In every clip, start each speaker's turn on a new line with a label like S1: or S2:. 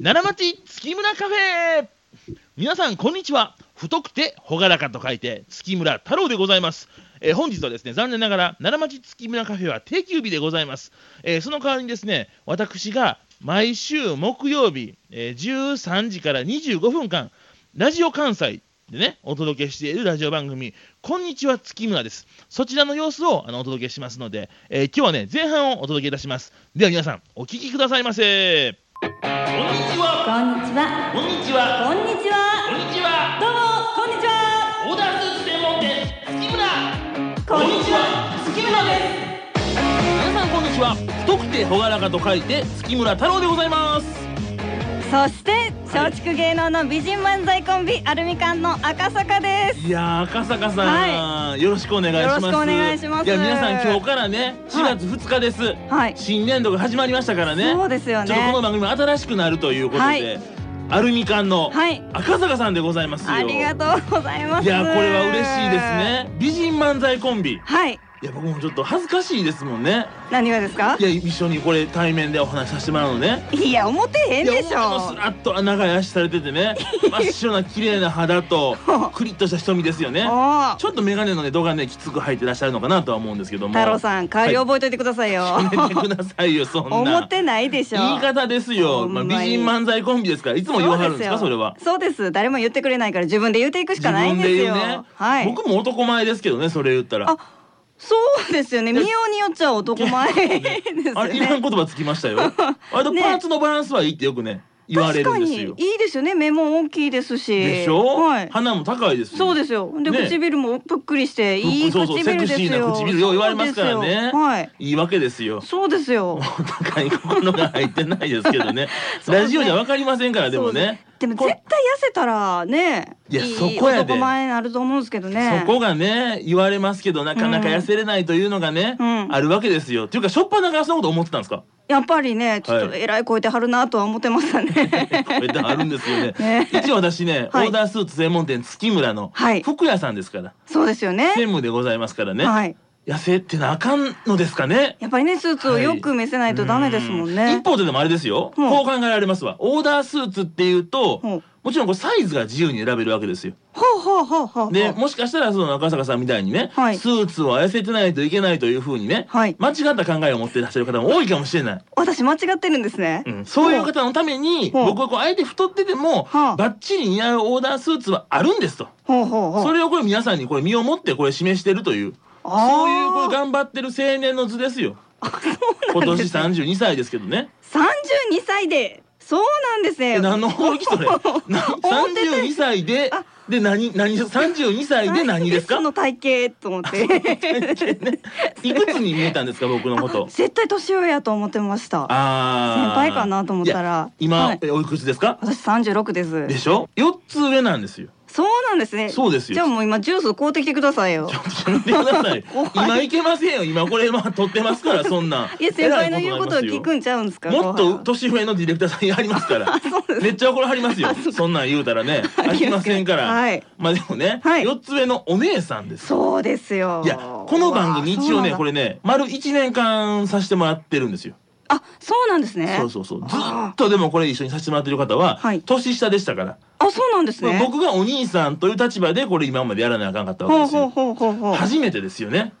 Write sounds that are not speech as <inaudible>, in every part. S1: 奈良町月村カフェ皆さんこんにちは太くて朗らかと書いて月村太郎でございます、えー本日はですね残念ながら奈良町月村カフェは定休日でございます、えーその代わりにですね私が毎週木曜日、えー13時から25分間ラジオ関西でねお届けしているラジオ番組「こんにちは月村」ですそちらの様子をあのお届けしますので、えー今日はね前半をお届けいたしますでは皆さんお聞きくださいませこんにちは
S2: こんにちは。
S1: こんにちは。
S2: こんにち
S1: こ
S2: は。
S1: んにちは。
S2: どうも、こんにちは。
S1: オーダースーツ専門店、月村。
S2: こんにちは。
S1: 月村です。皆さん、こんにちは。太くて朗らかと書いて、月村太郎でございます。
S2: そして、松竹芸能の美人漫才コンビ、アルミカンの赤坂です。
S1: いやー、赤坂さん、よろしくお願いします。
S2: よろしくお願いします
S1: いや、皆さん、今日からね、4月2日です。
S2: はい。
S1: 新年度が始まりましたからね。
S2: そうですよ
S1: ちょっとこの
S2: ね。
S1: 番組も新しくなるということで、
S2: はい
S1: アルミ缶の
S2: はい。
S1: 赤坂さんでございますよ。
S2: ありがとうございます。
S1: いやこれは嬉しいです。ね。美人漫才コンビ。
S2: はい。
S1: いや僕もちょっと恥ずかしいですもんね
S2: 何がですか
S1: い。や一緒にこれ対面でお話しさせてもらうのね
S2: いや、思ってへんで
S1: い
S2: し
S1: やもう
S2: ょ
S1: スラッと長い足されてて
S2: <laughs>
S1: ね真っ白な綺麗な肌とクリッとした瞳ですよね
S2: <laughs> おお。
S1: ちょっと眼鏡のね度がねきつく入ってらっしゃるのかなとは思うんですけども
S2: 太郎さん、代わり覚えといてく
S1: <laughs>
S2: ださいよ。
S1: やめてくださいよそんな
S2: 思ってないでしょ。
S1: 言い方ですよ、
S2: ほん
S1: ま
S2: ま
S1: あ、
S2: に
S1: 美人漫才コンビですからいつも言わはるんですかそ
S2: よ
S1: れは
S2: そうです。誰も言ってくれないから、自分で言っていくしかないんですよ。
S1: 自分で言うね、
S2: はい。
S1: 僕も男前ですけどねそれ言ったら
S2: あそうです
S1: <laughs>
S2: よね。見ようによっちゃ男前ですよ
S1: あれいらん
S2: ね。
S1: 言葉つきました
S2: <laughs>
S1: よあとパ
S2: ね
S1: ーツのバランスはいいってよくね言われ
S2: 確
S1: る
S2: か
S1: んで
S2: に
S1: すよ
S2: いいですよね。目も大きいですし。
S1: でしょ、
S2: はい。
S1: 鼻も高いですよ
S2: そうですよ。で、
S1: ね
S2: 唇もぷっくりしていい
S1: そうそう
S2: 唇です
S1: セ
S2: よ。
S1: クシーな唇よう言われますからね
S2: そうですよはい。
S1: いいわけですよ
S2: そうですよ。
S1: お互い心が入ってないですけどね
S2: <laughs> そうね
S1: ラジオじゃわかりません <laughs> からでもね
S2: でも
S1: こ
S2: 絶対痩せたらね、
S1: いやそこやで
S2: 男前になると思うんですけどね。
S1: そこがね言われますけどなかなか
S2: うん
S1: 痩せれないというのがね、
S2: うん
S1: あるわけですよっていうかしょっぱなからそのこと思ってたんです
S2: <laughs>
S1: か
S2: やっぱりね、ちょっと
S1: はい
S2: えらい超えてはるなとは思ってましたね。
S1: <laughs> これってあるんですよね
S2: ね
S1: 一応私ね、
S2: <laughs> はい
S1: オーダースーツ専門店月村の
S2: はい
S1: 服屋さんですから
S2: そうですよね。
S1: 専務でございますからね、
S2: はい。
S1: 痩せてなあかんのですかね
S2: やっぱりね、スーツをよく見せないとダメですもん
S1: う
S2: ね。
S1: 一方ででもあれですよ、
S2: うん
S1: こう考えられますわオーダースーツっていうと、
S2: うん
S1: もちろんこうサイズが自由に選べるわけですよ
S2: ほうほうほうほうほう。
S1: でもしかしたらその赤坂さんみたいにね、
S2: はい
S1: スーツを痩せてないといけないというふうにね、
S2: はい
S1: 間違った考えを持っていらっしゃる方も多いかもしれない、
S2: 私間違ってるんですね。
S1: うんそういう方のために
S2: ほう
S1: 僕はこうあえて太ってても、
S2: はあ
S1: バッチリ似合うオーダースーツはあるんですと、
S2: ほうほうほう。
S1: それをこれ皆さんにこれ身をもってこれ示してるというそういうこう
S2: が。
S1: 頑張ってる青年の図ですよ
S2: そう
S1: 今
S2: なん <laughs>
S1: 年
S2: ですね
S1: 32歳ですけどね
S2: 三十二歳で。そうなんですね。
S1: え何の驚きそ
S2: <laughs>
S1: れ
S2: 思ってた
S1: 32歳でで何何32歳で何ですか
S2: <laughs> その体型と思って。
S1: いくつに見えたんですか僕のこと
S2: 絶対年上やと思ってました。先
S1: ああ
S2: 輩かなと思った
S1: いや
S2: ら。
S1: 今、
S2: はい
S1: えおいくつですか
S2: 私三十六です
S1: で。しょ4つ上なんですよ
S2: そうなんですね。
S1: そうですよ
S2: じゃあもう今ジュース買うてきてくださいよ
S1: ち。ょっとやめてください
S2: <laughs> 怖い
S1: 今いけませんよ今これまあ撮ってます
S2: <laughs>
S1: からそんない
S2: や先輩の言うことを
S1: えらいになります
S2: 聞
S1: よ
S2: くんちゃうんですか。
S1: もっ
S2: 後
S1: と
S2: 輩は
S1: 年上のディレクターさんやります
S2: <laughs>
S1: から。めっちゃ怒らはりますよ。そんなん言うたらね、ありませんから。
S2: はい
S1: まあでもね、
S2: はい
S1: 四つ上のお姉さんです。
S2: そうですよ。
S1: いや、この番組一応ね、こ
S2: れ。
S1: れね、丸一年間させてもらってるんですよ。
S2: あ、そうなんですね。
S1: そうそうそう。ず
S2: あー
S1: っとでもこれ一緒にさせてもらってる方は
S2: はい、
S1: 年下でしたから。
S2: あ、そうなんですね。
S1: 僕がお兄さんという立場で、これ今までやらなあかんかったわけ
S2: ほ
S1: で
S2: う
S1: す
S2: ほう
S1: よ。
S2: ほうほうほう。
S1: 初めてですよね。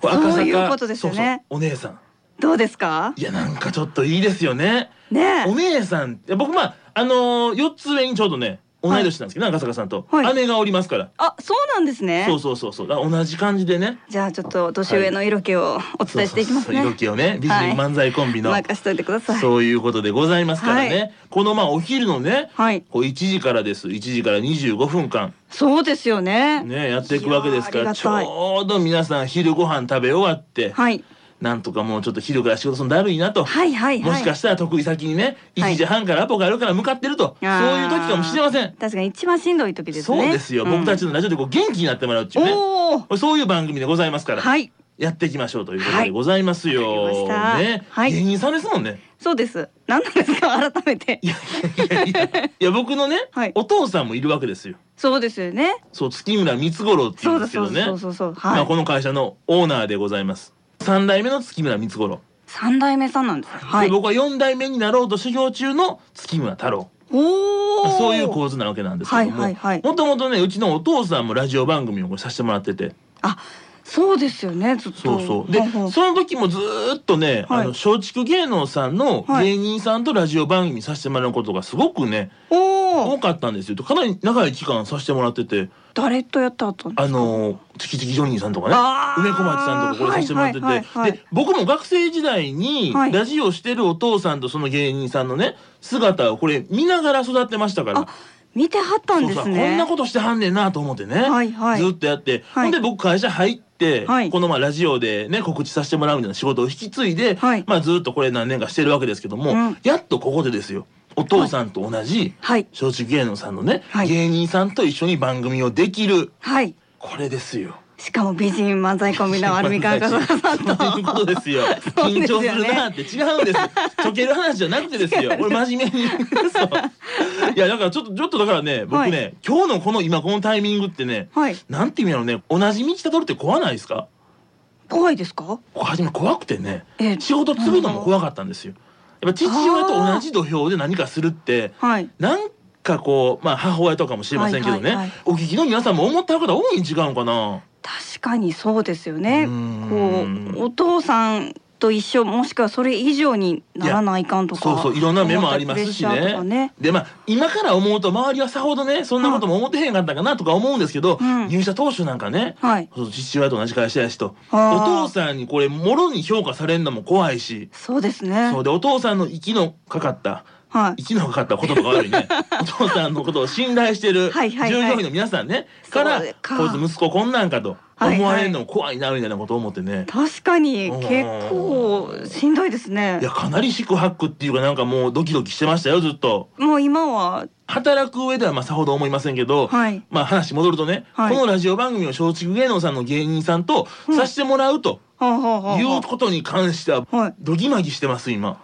S1: これ
S2: そういうことですよね
S1: そうそうお姉さん。
S2: どうですか
S1: い。や、なんかちょっといいですよね。
S2: ね
S1: お
S2: え。
S1: 姉さんって僕まああのー、4つ上にちょうどね同い年なんですけど、赤坂さんと、
S2: はい
S1: 姉がおりますから
S2: あ、そうなんですね。
S1: そうそうそうそうだから同じ感じでね
S2: じゃあ、ちょっと年上の色気をお伝えしていきますね。
S1: そうそうそう色気をね美人
S2: はい
S1: 漫才コンビの、
S2: 任しといてください。
S1: そういうことでございますからね、
S2: は
S1: このまあお昼のね、
S2: はい。
S1: こう1時からです1時から25分間
S2: そうですよね。
S1: ねやっていくわけですか
S2: いや
S1: ら
S2: あり
S1: ち
S2: がたい
S1: ょうど皆さん昼ご飯食べ終わって、
S2: はい。
S1: なんとかもうちょっと昼から仕事するのだるいなと、
S2: はいはいはい。
S1: もしかしたら得意先にね
S2: はい
S1: 1時半からアポがあるから向かってると、
S2: あー
S1: そういう時かもしれません。
S2: 確かに一番しんどい時ですね。
S1: そうですよ、
S2: ん
S1: 僕たちのラジオでこう元気になってもらうっていうね
S2: おお。
S1: これそういう番組でございますから、
S2: はい。
S1: やっていきましょうということ
S2: は
S1: で
S2: い
S1: ございますよ、
S2: わかりました
S1: ね、
S2: はい
S1: 芸人さんですもんね
S2: そうです。何なんですか、 <laughs> 改めて。
S1: いやいやいや僕のね、
S2: はい
S1: お父さんもいるわけですよ
S2: そうですよね。
S1: そう月村光五郎って言
S2: そうう
S1: で
S2: んだ
S1: すけ
S2: そ
S1: ど
S2: う
S1: ね
S2: だそうそうそう。
S1: ま
S2: は
S1: あ、こ
S2: い。
S1: の会社のオーナーでございます三代目の月村光五郎
S2: 三代目さんなんですね。はい。
S1: で僕は4代目になろうと修行中の月村太郎
S2: お
S1: ま
S2: お。
S1: あそういう構図なわけなんですけども、
S2: はいはいはい
S1: もともとねうちのお父さんもラジオ番組をこれさせてもらってて
S2: あ、そうですよね。ずっと。
S1: そうそうで
S2: ほほ
S1: その時もずーっとね、
S2: はい
S1: あの松竹芸能さんの
S2: はい
S1: 芸人さんとラジオ番組させてもらうことがすごくね、
S2: お
S1: 多
S2: お。
S1: かったんですよかなり長い期間させてもらってて
S2: 誰とやった後
S1: あのー月々ジョニーさんとかね
S2: あー
S1: 梅小町さんとかこれさせてもらってて、
S2: はいはいはいはい
S1: で僕も学生時代に
S2: はい
S1: ラジオしてるお父さんとその芸人さんのね姿をこれ見ながら育ってましたから
S2: あ、見てはったんですね。
S1: そうそうこんなことしてはんねんなと思ってね、
S2: はいはい
S1: ずっとやって、
S2: はい
S1: ほんで僕会社入って、
S2: はい
S1: このまあラジオでね告知させてもらうみたいな仕事を引き継いで、
S2: はい
S1: まあずっとこれ何年かしてるわけですけども、
S2: うん
S1: やっとここでですよお父さんと同じ
S2: はい
S1: 松竹芸能さんのね、
S2: はい
S1: 芸人さんと一緒に番組をできる
S2: はい。
S1: これですよ。
S2: しかも美人漫才コンビのアルミカンカ
S1: <laughs>
S2: サさんと。
S1: そういうことですよ。
S2: そう
S1: 緊
S2: ですよ
S1: 張す
S2: ね
S1: るなって違うんです。溶ける話じゃなくてです
S2: <laughs>
S1: よ。これ真面目に。そういやだからちょっとちょっとだからね、僕ね、
S2: は
S1: 今日のこの今このタイミングってね、
S2: はい。
S1: なんていうのね、同じ道たどるって怖ないですか？
S2: 怖いですか？
S1: こう初め怖くてね、
S2: ええ
S1: 仕事継ぐのも怖かったんですよ。やっぱ父親と同じ土俵で何かするって、
S2: はい。
S1: なんかこうまあ母親とかもしれませんけどね、
S2: はいはいはい
S1: お聞きの皆さんも思った方多いん違うのかな。
S2: 確かにそうですよね
S1: う
S2: こ
S1: ん
S2: うお父さんと一緒もしくはそれ以上にならないかんとか
S1: そうそういろんな面もありますし
S2: 思ったりプレッシャー
S1: ね
S2: とかね
S1: でまあ今から思うと周りはさほどねそんなことも思ってへんかったかなとか思うんですけど、
S2: うん
S1: 入社当初なんかね、
S2: はい
S1: そう父親と同じ会社やしとお
S2: あー
S1: 父さんにこれもろに評価されるのも怖いし
S2: そうですね
S1: そうでお父さんの息のかかった
S2: はい
S1: 息のかかったこととか悪い
S2: <laughs>
S1: ねお父さんのことを信頼してる
S2: はいはいはい
S1: 従業員の皆さんねから
S2: そうか
S1: こいつ息子こんなんかと
S2: はい
S1: 思われるのも怖いなみたいなことを思ってね、い
S2: 確かに
S1: うん
S2: 結構しんどいですね
S1: やかなり四苦八苦っていうかなんかもうドキドキしてましたよずっと。
S2: もう今は
S1: 働く上ではまあさほど思いませんけど、
S2: はい
S1: まあ話戻るとね、
S2: はい
S1: このラジオ番組を松竹芸能さんの芸人さんとさせてもらうと
S2: はあ、はあはあ、
S1: い
S2: は
S1: うことに関しては
S2: あはい
S1: ドギマギしてます今。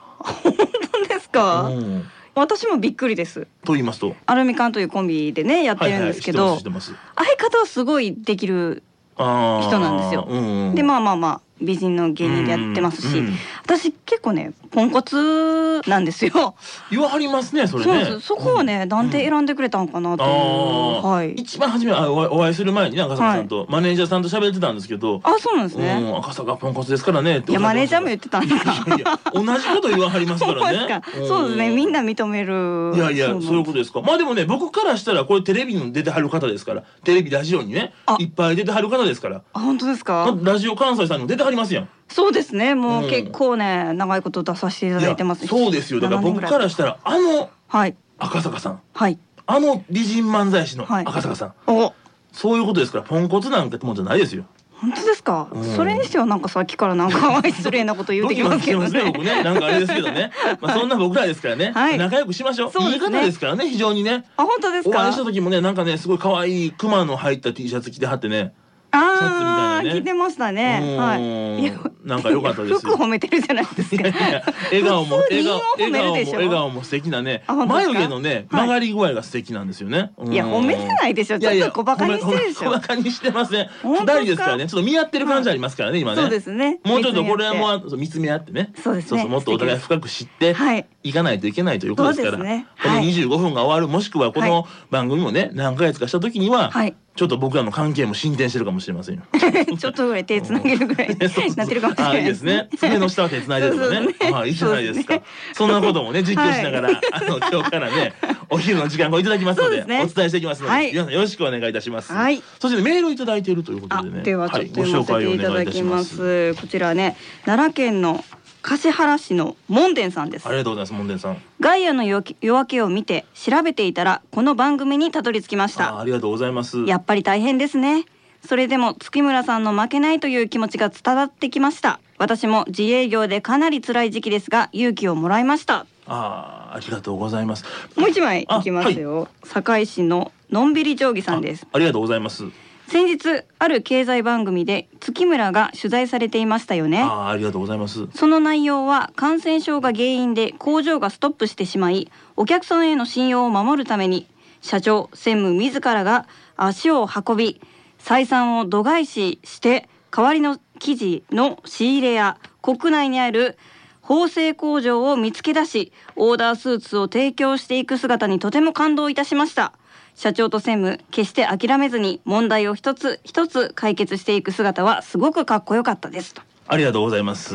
S2: 本当ですか、
S1: うん
S2: 私もびっくりです
S1: と言いますと、
S2: アルミカンというコンビでねやってるんですけど、
S1: 知ってます知ってます。
S2: 相方はすごいできる
S1: あー
S2: 人なんですよ
S1: うんうん、
S2: でまあまあまあ美人の芸人でやってますし、
S1: うんうん
S2: 私結構ねポンコツなんですよ。
S1: 言わはりますねそれ
S2: そうなん
S1: ね。
S2: ですそこをね、なんで選んでくれたんかなと
S1: あ
S2: 思う。
S1: あ、
S2: はい。
S1: 一番初めあお会いお会いする前にね赤坂さんと、マネージャーさんと喋ってたんですけど、
S2: あそうなんです
S1: う
S2: ね。
S1: ん赤坂ポンコツですからねって
S2: い
S1: おっ
S2: や
S1: しゃ
S2: マ
S1: ってました
S2: ネージャーも言ってたんです
S1: い
S2: か。
S1: や同じこと言わはりますか
S2: そう <laughs>
S1: ら
S2: です
S1: ね
S2: か。。そうですね。みんな
S1: う
S2: 認める。
S1: いやいや
S2: なん
S1: そういうことですか。まあでもね僕からしたらこれテレビに出てはる方ですからテレビラジオにね
S2: あ
S1: いっぱい出てはる方ですから
S2: あ本当です
S1: まあ
S2: か。
S1: ラジオ関西さんにも出てはりますやん。
S2: そうですね。も
S1: うん
S2: う結構ね長いこと出させていただいてます。
S1: いやそうですよだから
S2: 7年
S1: 僕
S2: ぐい
S1: からしたらあの
S2: はい
S1: 赤坂さん
S2: はい。
S1: あの美人漫才師の
S2: はい
S1: 赤坂さん、
S2: お
S1: そういうことですからポンコツなんかってもんじゃないですよ。
S2: 本当ですか
S1: うん。
S2: それにしてはなんかさっきからなんか <laughs> 失礼なこと言う
S1: ド
S2: て
S1: キ
S2: き
S1: ド
S2: ま
S1: キし
S2: すけ
S1: て
S2: ど
S1: ますね
S2: ね。
S1: 僕ねなんかあれですけど
S2: <laughs>
S1: ねまあそんな僕らですからね、
S2: はい
S1: 仲良くしましょう
S2: そうですね
S1: 言い方ですからね非常にね。
S2: あ本当です
S1: お会
S2: か
S1: いし。た時もねなんかねすごい可愛いクマの入った T シャツ着てはってね
S2: あ
S1: シャツみたいな
S2: あ、
S1: ね
S2: 着てましたね。はい。いや
S1: うんなんか良かったです
S2: 服
S1: よ
S2: 褒めてるじゃないです
S1: いやい
S2: か。
S1: や笑顔も
S2: 普通
S1: 笑顔笑
S2: に韻を褒める
S1: 顔も
S2: でしょ
S1: 笑顔も素敵なね
S2: あ本当です
S1: 眉
S2: か
S1: 毛のね
S2: はい
S1: 曲がり具合が素敵なんですよね、うん
S2: いや褒めてないでしょ。
S1: い
S2: ちょ
S1: やい
S2: っ
S1: や
S2: と小馬鹿にしてるでし
S1: 小
S2: ょ。
S1: 馬鹿にしてません二
S2: 本当ですか
S1: 人ですからねちょっと見合ってる感じありますからね、今ね
S2: そうですね。
S1: もうちょっとこれは
S2: は
S1: も
S2: う。
S1: うそう見つめ合ってね
S2: そうですね
S1: そうもっとお互い深く知って
S2: はい。 <laughs>
S1: いかないといけないということですから
S2: そうですね
S1: この
S2: はい
S1: 25分が終わるもしくはこの番組もね何ヶ月かした時には、
S2: はい
S1: ちょっと僕らの関係も進展してるかもしれませんよ。
S2: ちょっとぐらい手つなげるぐらいに
S1: <laughs> そうそうそう
S2: なってるかもしれ
S1: あ
S2: ない
S1: いですね。爪の下は手繋いでとか
S2: そう
S1: ね
S2: で。すね
S1: はい、いいじゃないですか。そんなこともね、実況しながら、あの、今日からね、お昼の時間をいただきますの
S2: そう
S1: で、
S2: ですね
S1: お伝えしていきますので、
S2: はい
S1: 皆さんよろしくお願いいたします。
S2: はい
S1: そしてねメールをいただいているということ
S2: あ、
S1: でね。
S2: ではちょっと読ませてい
S1: はいご紹介を
S2: ただきま
S1: お願いいたします
S2: す。こちらね、奈良県の橿原市の門田さんです
S1: あり。がとうございます、門田さん。
S2: ガイアの夜夜明けを見て調べていたらこの番組にたどり着きました
S1: あ。ありがとうございます。
S2: やっぱり大変ですね。それでも月村さんの負けないという気持ちが伝わってきました。私も自営業でかなり辛い時期ですが勇気をもらいました。
S1: ああ、ありがとうございます。
S2: もう一枚いきますよ。堺市ののんびり定規さんです。
S1: あ。ありがとうございます。
S2: 先日ある経済番組で月村が取材されていましたよね
S1: あ。あ、ありがとうございます。
S2: その内容は感染症が原因で工場がストップしてしまいお客さんへの信用を守るために社長専務自らが足を運び採算を度外視して代わりの生地の仕入れや国内にある縫製工場を見つけ出しオーダースーツを提供していく姿にとても感動いたしました社長と専務決して諦めずに問題を一つ一つ解決していく姿はすごくかっこよかったですと
S1: ありがとうございます。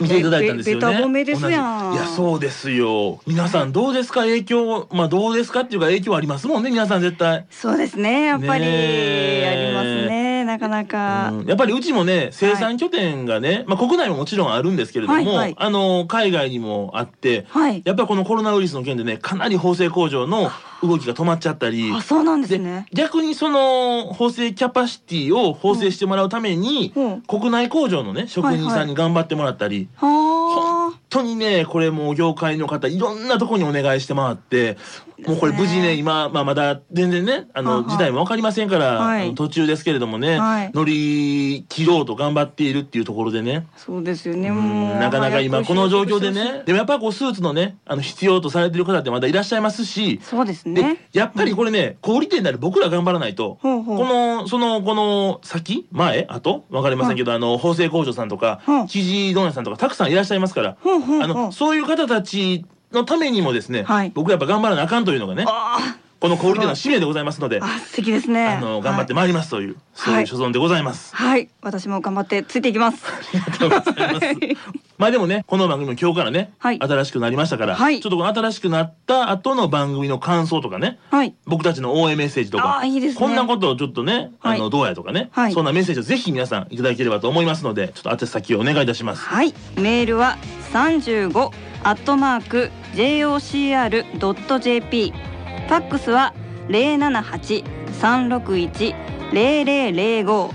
S1: 見ていただいたんですよね。
S2: べべた褒めです
S1: 同
S2: やん
S1: じいや、そうですよ。皆さんどうですか影響、まあどうですかっていうか影響ありますもんね、皆さん絶対。
S2: そうですねやっぱり
S1: ねえ
S2: ありますねなかなか、
S1: うんやっぱりうちもね生産拠点がね、まあ、国内ももちろんあるんですけれども、
S2: はいはい
S1: あの海外にもあって、
S2: はい
S1: やっぱりこのコロナウイルスの件でねかなり縫製工場の動きが止まっちゃったり
S2: あそうなんですね
S1: 逆にその縫製キャパシティを縫製してもらうために、
S2: うんうん
S1: 国内工場のね職人さんに頑張ってもらったり。
S2: はあ
S1: 本当にねこれもう業界の方いろんなとこにお願いして回って
S2: うですね
S1: もうこれ無事ね今、まあ、まだ全然ねあ
S2: はあ
S1: の
S2: はあ
S1: 事態も分かりませんから、
S2: はい
S1: あの途中ですけれどもね、
S2: はい
S1: 乗り切ろうと頑張っているっていうところでね、
S2: そうですよね
S1: うん
S2: もう
S1: なかなか今
S2: 早く
S1: この状況で
S2: 教えてほし
S1: ね
S2: い
S1: でもやっぱりこうスーツのねあの必要とされてる方ってまだいらっしゃいますし。
S2: そうです
S1: で
S2: ね
S1: やっぱりこれね小売店である僕ら頑張らないと、
S2: ほうほう
S1: このそのこの先前後分かりませんけど、あの縫製工場さんとか、
S2: うん
S1: 生地問屋さんとかたくさんいらっしゃいますから、
S2: ほうほうほう
S1: あのそういう方たちのためにもですね、
S2: はい
S1: 僕やっぱ頑張らなあかんというのがね
S2: あ
S1: この小売店の使命でございますので
S2: ー
S1: あ
S2: あ素敵ですね
S1: の頑張って
S2: ま
S1: まいりますという、そういう所存でございます。
S2: はい、はい、私も頑張ってついていきます
S1: <laughs> ありがとうございます
S2: はい
S1: まあでもねこの番組も今日からね、
S2: はい
S1: 新しくなりましたから、
S2: はい
S1: ちょっとこの新しくなった後の番組の感想とかね
S2: はい
S1: 僕たちの応援メッセージと
S2: あ
S1: か
S2: ーいいですね
S1: こんなことをちょっとねあの、
S2: はい
S1: どうやとかね、
S2: はい
S1: そんなメッセージをぜひ皆さんいただければと思いますのでちょっと宛先をお願いいたします。
S2: はい、メールは三十五アットマーク j o c r ドット j p。ファックスは零七八三六一零零零五。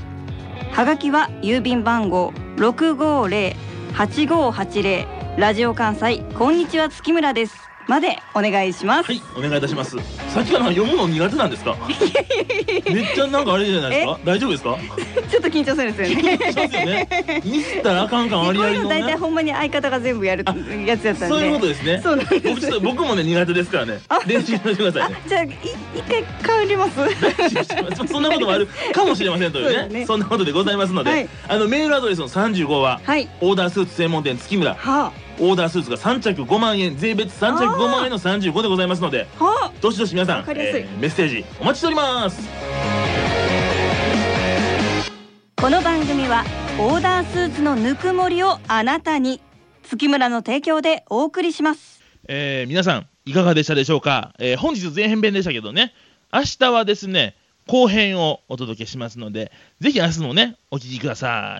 S2: はがきは郵便番号六五零八五八零ラジオ関西こんにちは月村ですまでお願いします。
S1: はい、お願いいたします。さっきから読むの苦手なんです
S2: <laughs>
S1: か。めっちゃなんかあれじゃないですか。大丈夫ですか。
S2: ちょっと緊張するんですよ
S1: <laughs>
S2: ね。
S1: そうですよね。ミスったらあかん感
S2: こ
S1: あ
S2: う
S1: り
S2: <laughs>
S1: あ
S2: い
S1: り
S2: うの
S1: の
S2: 大体
S1: ね。
S2: ほんまに相方が全部やる
S1: あ
S2: やつやったんで。
S1: そういうことですね。
S2: そうなんです
S1: 僕ちょっと僕もね苦手ですからね。練習してくださ
S2: <laughs> あ
S1: いね。、
S2: じゃあい一回帰ります。
S1: そんなこともあるかもしれませんというね
S2: そうですね
S1: そんなことでございますので、
S2: はい
S1: あのメールアドレスの35は、
S2: はい。
S1: オーダースーツ専門店月村
S2: は
S1: オーダースーツが3着5万円税別3着5万円の35でございますので
S2: あ、は
S1: どしどし皆さん
S2: わ、かりやすい
S1: ーメッセージお待ちしております
S2: あ。この番組はオーダースーツのぬくもりをあなたに月村の提供でお送りします。
S1: えー皆さんいかがでしたでしょうか、えー本日前編編でしたけどね明日はですね後編をお届けしますのでぜひ明日もねお聞きください